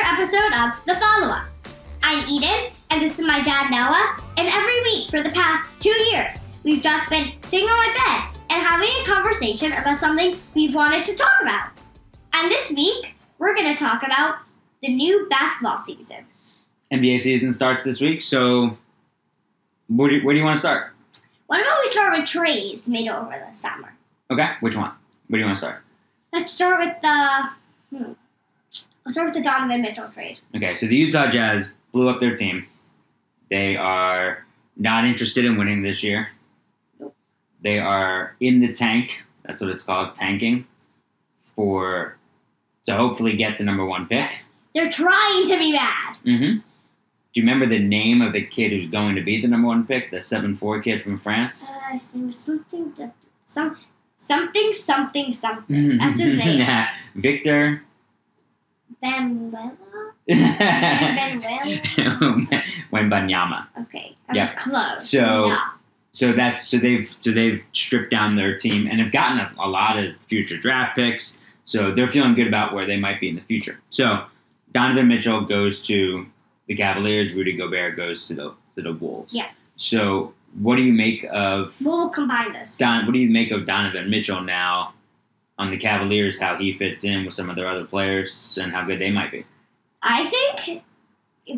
of The Follow Up. I'm Eden, and this is my dad Noah, and every week for the past two years, we've just been sitting on my bed and having a conversation about something we've wanted to talk about. And this week, we're going to talk about the new basketball season. NBA season starts this week, so where do, where do you want to start? What about we start with trades made over the summer? Okay, which one? Where do you want to start? Let's start with the. Hmm, I'll start with the Donovan Mitchell trade. Okay, so the Utah Jazz blew up their team. They are not interested in winning this year. Nope. They are in the tank. That's what it's called, tanking, for to hopefully get the number one pick. They're trying to be bad. Mm-hmm. Do you remember the name of the kid who's going to be the number one pick? The seven four kid from France. Uh, his name was something diff- some something something something. Mm-hmm. That's his name. Nah, Victor. Benuela. Wembanyama. Okay, I Yeah. was close. So- Yeah. So that's so they've so they've stripped down their team and have gotten a, a lot of future draft picks. So they're feeling good about where they might be in the future. So Donovan Mitchell goes to the Cavaliers. Rudy Gobert goes to the to the Wolves. Yeah. So what do you make of we'll combine those. Don? What do you make of Donovan Mitchell now on the Cavaliers? How he fits in with some of their other players and how good they might be. I think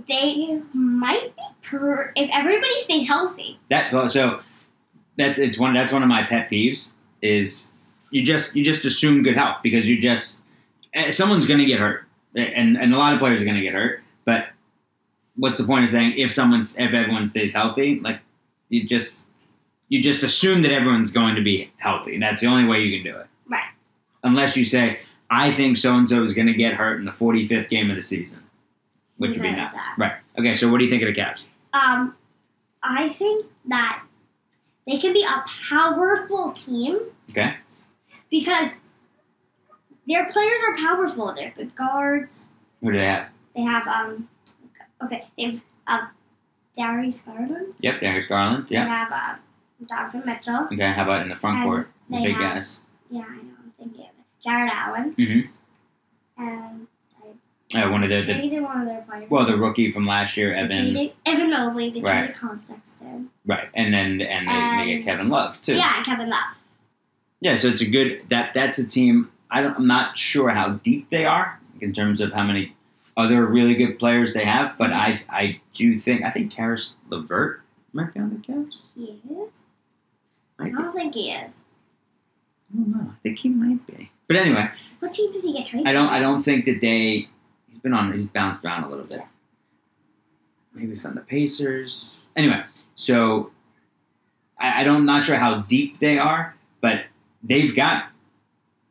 they might be per- if everybody stays healthy. That well, so that's it's one that's one of my pet peeves is you just you just assume good health because you just eh, someone's going to get hurt eh, and and a lot of players are going to get hurt but what's the point of saying if someone's if everyone stays healthy like you just you just assume that everyone's going to be healthy that's the only way you can do it Right. unless you say I think so and so is going to get hurt in the 45th game of the season which would be There's nuts that. right okay so what do you think of the Cavs Um, I think that they can be a powerful team okay because their players are powerful. They're good guards. who do they have They have um okay, they've uh Darius Garland. yep Darius Garland yeah They have uh, Donovan Mitchell. Okay, how about in the front And court? The they big have- guys. Yeah, I know. I'm thinking of it. Jared Allen. Mhm. And Uh, one of the, the traded one of their players. well, the rookie from last year, They Evan. traded Evan Mobley. They Right. traded Colin Sexton. Right, and then and they, they And- get Kevin Love too. Yeah, and Kevin Love. Yeah, so it's a good that that's a team. I don't, I'm not sure how deep they are in terms of how many other really good players they have, but I I do think I think Karis Levert might be on the Cavs. He is. I Might be. I don't think he is. don't know. I think he might be. But anyway, What team does he get traded? I don't I don't think that they he's been on he's bounced around a little bit. Maybe from the Pacers. Anyway, so I, I don't not sure how deep they are, but they've got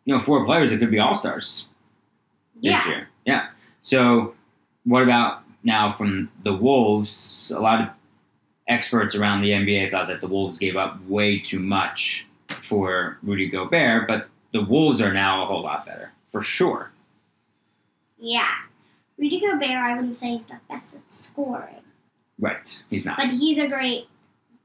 you know four players that could be all stars this yeah. year. Yeah. So what about now from the Wolves? A lot of experts around the NBA thought that the Wolves gave up way too much for Rudy Gobert, but the Wolves are now a whole lot better for sure. Yeah. Rudy Gobert, I wouldn't say he's the best at scoring, Right. He's not. but he's a great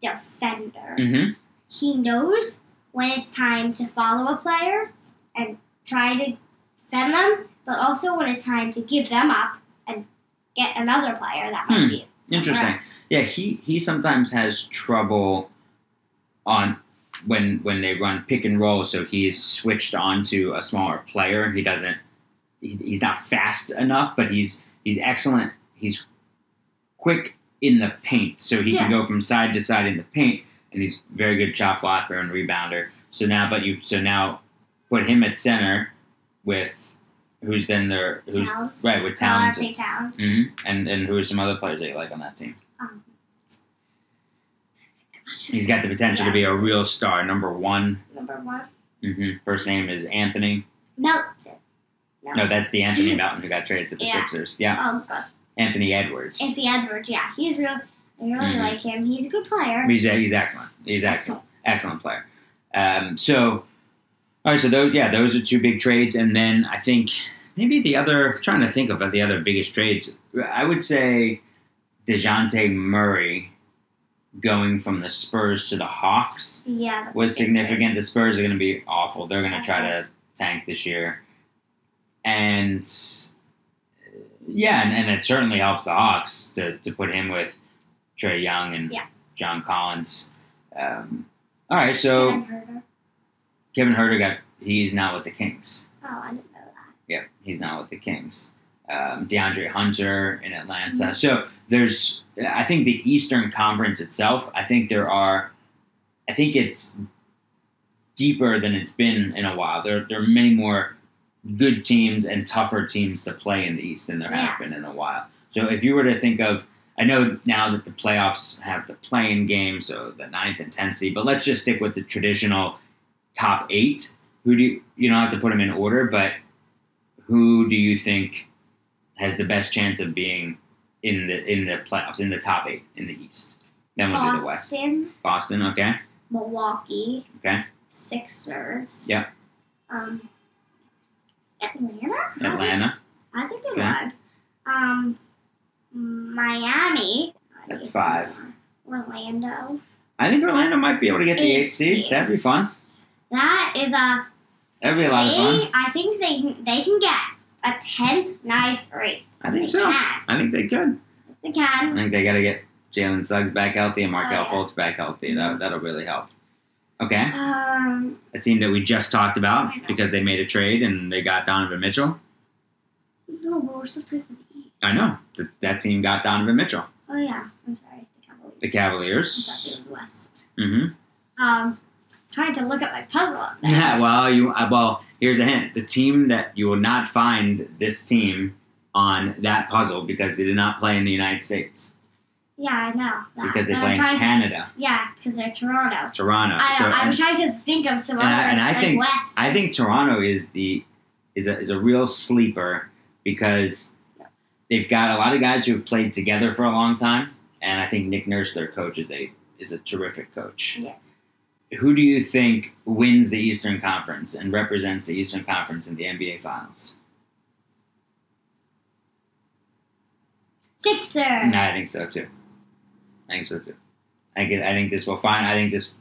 defender. hmm he knows when it's time to follow a player and try to defend them, but also when it's time to give them up and get another player that might Hmm. be somewhere Interesting. else. Yeah, he, he sometimes has trouble on when when they run pick and roll, so he's switched onto a smaller player. He doesn't he, he's not fast enough, but he's he's excellent. He's quick in the paint, so he can go from side to side in the paint, and he's very good shot blocker and rebounder. So now, but you so now put him at center with who's then their who's Towns. right with Well, I Towns say Towns. hmm And and who are some other players that you like on that team? Um, gosh, He's got the potential to be a real star. Number one, number one. mm-hmm. first name is Anthony. Melton. No. No, that's the Anthony Mountain who got traded to the Yeah. Sixers. Yeah, Oh, God. Anthony Edwards. Anthony Edwards, yeah. He's real. I really Mhm. like him. He's a good player. He's he's excellent. He's excellent. Excellent player. Um, so, all right. So those yeah, those are two big trades, and then I think maybe the other trying to think of the other biggest trades. I would say Dejounte Murray going from the Spurs to the Hawks. Yeah. that's a was big trade. significant. The Spurs are going to be awful. They're going to try to tank this year, and uh, Yeah, and, and it certainly helps the Hawks to, to put him with Trey Young and Yeah. John Collins. Um, all right, so Kevin Herter. Kevin Herter got he's not with the Kings. Oh, I didn't know that. Yeah, he's not with the Kings. Um, DeAndre Hunter in Atlanta. So there's, I think the Eastern Conference itself. I think there are, I think it's deeper than it's been in a while. There, there are many more good teams and tougher teams to play in the East than there have been in a while. So if you were to think of, I know now that the playoffs have the play-in game, so the ninth and tenth seed. But let's just stick with the traditional top eight. Who do you, you don't have to put them in order, but who do you think has the best chance of being in the in the playoffs in the top eight in the East? Then we'll do the West. Boston, Boston, okay, Milwaukee, okay. Sixers. Yeah. Um, Atlanta. How's it- Atlanta, That's a good Okay. one. Um, Miami. That's five. Orlando. I think Orlando might be able to get the Eighth eighth seed. seed. That'd be fun. That is a. That'd be a lot of fun. they- I think they can, they can get a tenth, ninth, or eighth. I They think so. can. I think they could. They I can. think they got to get Jalen Suggs back healthy and Markel Oh, yeah. Fultz back healthy. That that'll really help. Okay, Um, a team that we just talked I know. about because they made a trade and they got Donovan Mitchell. no, but we're still talking about the East. I know that that team got Donovan Mitchell. Oh yeah, I'm sorry. The Cavaliers. I The Cavaliers. thought they were the West. Mm-hmm. Um, trying to look at my puzzle. up there. Yeah, well, you uh, well, here's a hint. The team that you will not find this team on that puzzle because they did not play in the United States Yeah, I know. That. because they But play I'm in trying to- Canada, Yeah, because they're Toronto. Toronto. I, so I'm and trying to think of some and I- other and I like think- West. I think Toronto is the is a is a real sleeper because they've got a lot of guys who have played together for a long time, and I think Nick Nurse, their coach, is a is a terrific coach. Yeah. Who do you think wins the Eastern Conference and represents the Eastern Conference in the NBA Finals? Sixers. No, I think so too. I think so too. I think, I think this will find. I think this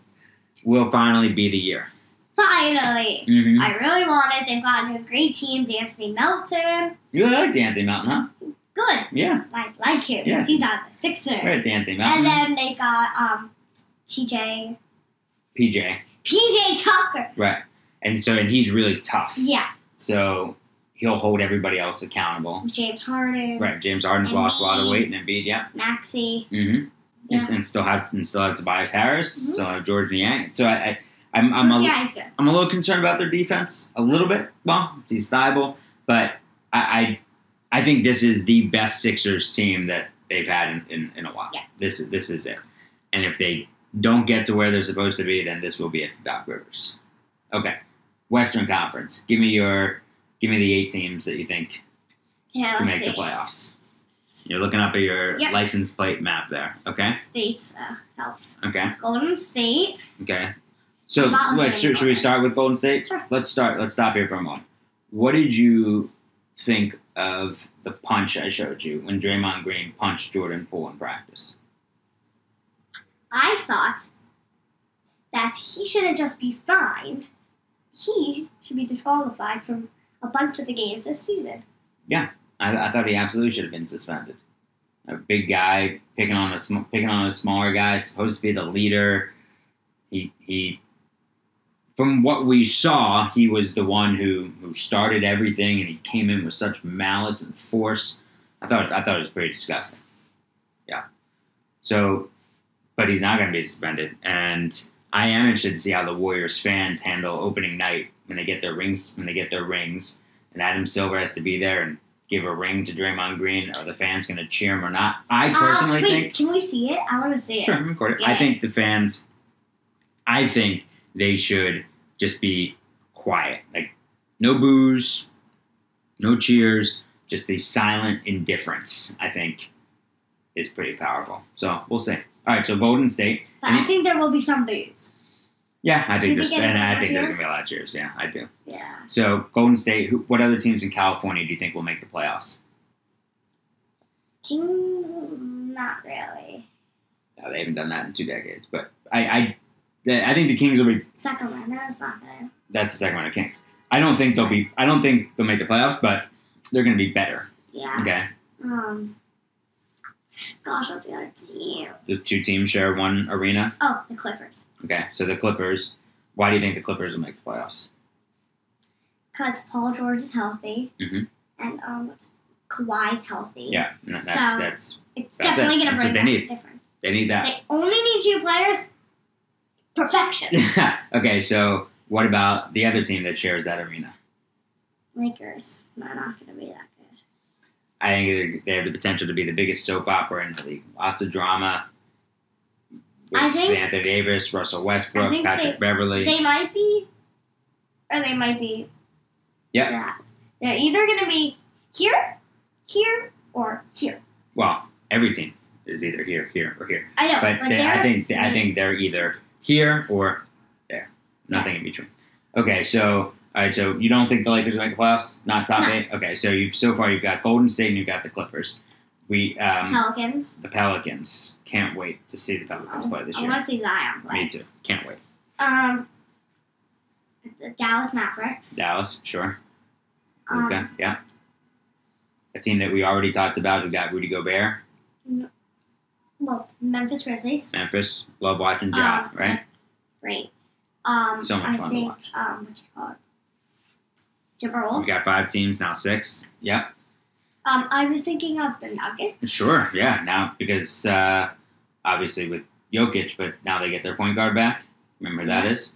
will finally be the year. Finally. Mm-hmm. I really want it. They've gotten a great team. Anthony Melton. You really liked Anthony Mountain, huh? Good. Yeah, I like him. Yeah. He's on the Sixers. where's Anthony Mountain? And then they got um, TJ. PJ, PJ Tucker. right? And so, and he's really tough. Yeah. So he'll hold everybody else accountable. James Harden. Right? James Harden's And lost a lot of Embiid. weight, and Embiid, yeah. Maxi. Mm-hmm. Yeah. And still have and still have Tobias Harris, Mhm. still have George Niang. So I, I I'm, I'm a, yeah, he's good. I'm a little concerned about their defense, a little bit. Well, it's East Thibault, but I, I, I think this is the best Sixers team that they've had in, in, in a while. Yeah. This is this is it. And if they don't get to where they're supposed to be, then this will be it for Doc Rivers. Okay, Western Conference. Give me your, give me the eight teams that you think Yeah, can let's make see. the playoffs. You're looking up at your Yep. license plate map there. Okay, States uh, helps. okay. Golden State. Okay. So, Mountains wait, and should, should we mountains. start with Golden State? Sure. Let's start. Let's stop here for a moment. What did you think of the punch I showed you when Draymond Green punched Jordan Poole in practice? I thought that he shouldn't just be fined. He should be disqualified from a bunch of the games this season. I, I thought he absolutely should have been suspended. A big guy picking on a sm- picking on a smaller guy, supposed to be the leader. He he. From what we saw, he was the one who who started everything, and he came in with such malice and force. I thought I thought it was pretty disgusting. Yeah. So, but he's not going to be suspended, and I am interested to see how the Warriors fans handle opening night when they get their rings when they get their rings, and Adam Silver has to be there and give a ring to Draymond Green. Are the fans going to cheer him or not? I personally uh, wait, think can we see it? I want to see it. Sure, record it. I Yeah. think the fans, I think they should just be quiet. Like, no boos, no cheers, just the silent indifference, I think, is pretty powerful. So we'll see. All right, so Golden State. But And I think there will be some boos. Yeah, I think Do you there's, think and I anybody think will there's cheer? gonna be a lot of cheers. Yeah, I do. Yeah. So Golden State. Who, what other teams in California do you think will make the playoffs? Kings, not really. No, they haven't done that in two decades. But I, I, I think the Kings will be Sacramento's not there. that's the Sacramento Kings. I don't think they'll be. I don't think they'll make the playoffs, but they're going to be better. Yeah. Okay, Um, gosh, what's the other team? The two teams share one arena. Oh, the Clippers. Okay, so the Clippers. Why do you think the Clippers will make the playoffs? Because Paul George is healthy. Mhm. And um, Kawhi's healthy. Yeah, no, that's So- that's It's That's definitely going to it. That's bring what they back need. a difference. they need that. They only need two players. Perfection. okay, so what about the other team that shares that arena? Lakers. They're not going to be that good. I think they have the potential to be the biggest soap opera in the league. Lots of drama. With I think- Anthony Davis, Russell I Westbrook, think Patrick Beverly. They might be, or they might be. Yeah. That. They're either going to be here, here, or here. well, every team is either here, here, or here. I know, But they, they're I think I think they're either here or there. Nothing in between. Okay, so all right, so you don't think the Lakers will make the playoffs? Not top No. eight. Okay, so you've so far you've got Golden State and you've got the Clippers. We um, Pelicans. the Pelicans can't wait to see the Pelicans play this I year. want to see Zion Me play. too. Can't wait. Um, the Dallas Mavericks. Dallas, sure. Um, Okay, yeah. A team that we already talked about. We got Rudy Gobert, Well, Memphis Grizzlies. Memphis. Love watching Ja, Um, right? Great. Um, So much I fun to think, watch. Um, what do you call it? We Timberwolves. got five teams now, six. Yep, Um, I was thinking of the Nuggets. sure. Yeah, now because uh, obviously with Jokic, but now they get their point guard back. Remember who that is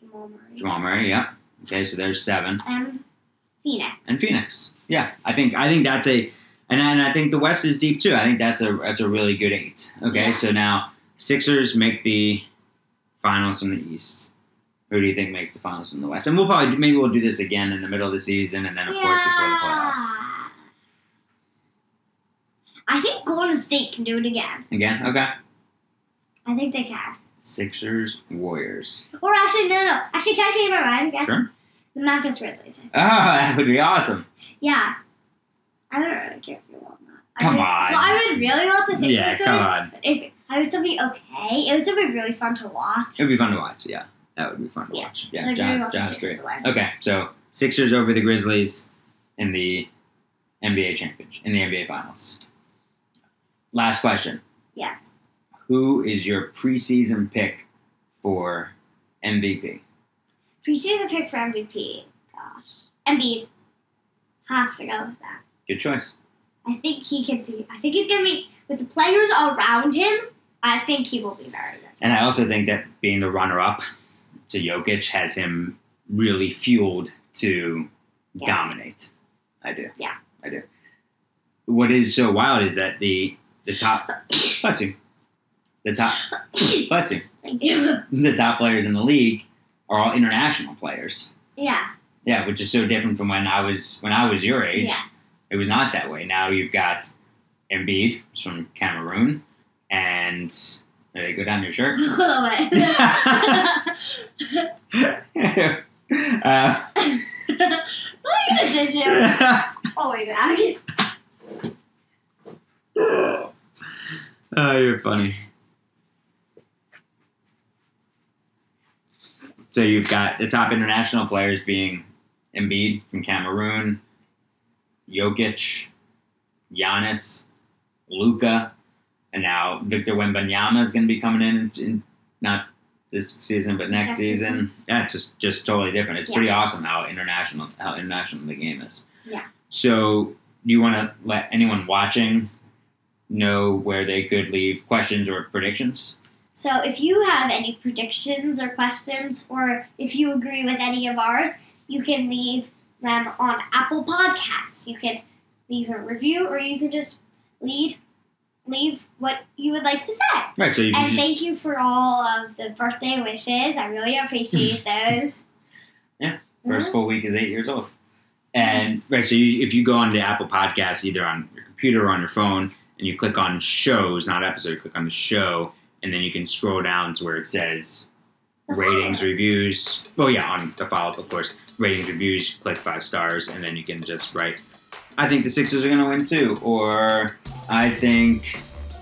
Jamal Murray. Jamal Murray. Yep. Okay, so there's seven. And Phoenix. and Phoenix. Yeah, I think I think that's a and and I think the West is deep too. I think that's a that's a really good eight. Okay, Yeah. so now Sixers make the finals from the East. Who do you think makes the finals from the West? And we'll probably do- maybe we'll do this again in the middle of the season, and then of course before the playoffs Yeah. I think Golden State can do it again. again. Okay, I think they can. Sixers Warriors. Or actually, no, no. Actually, can I change my mind again? Sure. The Memphis Grizzlies. Oh, that would be awesome. Yeah. I don't really care if you want that. I Come would- on. Well, I would really want the Sixers yeah, to come win, on. but if I would still be okay, it would still be really fun to watch. It would be fun to watch. Yeah, that would be fun to Yeah. watch. I Yeah, would really Josh, want the Josh, Sixers great. to win. Okay, so Sixers over the Grizzlies in the NBA championship in the NBA finals. Last question: Yes. Who is your preseason pick for MVP? Preseason pick for MVP. Gosh. Embiid. Have to go with that. Good choice. I think he can be. I think he's gonna be with the players around him. I think he will be very good. And I also think that being the runner-up to Jokic has him really fueled to Yeah. dominate. I do. Yeah. I do. What is so wild is that the the top bless you, the top bless you, Thank you. the top players in the league are all international players. yeah, Yeah, which is so different from when I was when I was your age. yeah. It was not that way. Now you've got Embiid, who's from Cameroon, and there you go down your shirt. A little bit. uh, Look at the tissue. Oh my god. oh, you're funny. So you've got the top international players being Embiid from Cameroon, Jokic, Giannis, Luca, and now Victor Wembanyama is going to be coming in, in not this season but next Next season. season. Yeah, it's just just totally different. It's Yeah. pretty awesome how international how international the game is. Yeah. So do you want to let anyone watching know where they could leave questions or predictions? So, if you have any predictions or questions, or if you agree with any of ours, you can leave them on Apple Podcasts. You can leave a review, or you can just lead leave what you would like to say. Right. So you can And just thank you for all of the birthday wishes. I really appreciate those. Yeah, Mhm. first full week is eight years old. And right, so you, if you go on the Apple Podcast, either on your computer or on your phone, and you click on shows, not episode, you click on the show, and then you can scroll down to where it says The ratings, follow-up. reviews. Well, yeah, on the follow up, of course. Ratings, reviews, click five stars, and then you can just write, I think the Sixers are going to win too, or I think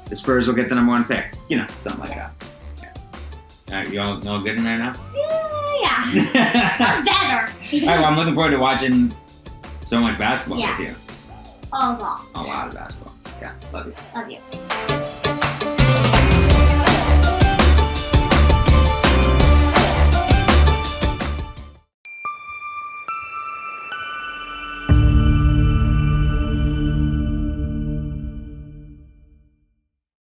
the Spurs will get the number one pick. You know, something like that. Yeah. All right, you all, you all good in there Yeah, now? better. Oh, All right, well, I'm looking forward to watching so much basketball Yeah. with you. a lot. a lot of basketball. Yeah, love you. Love you.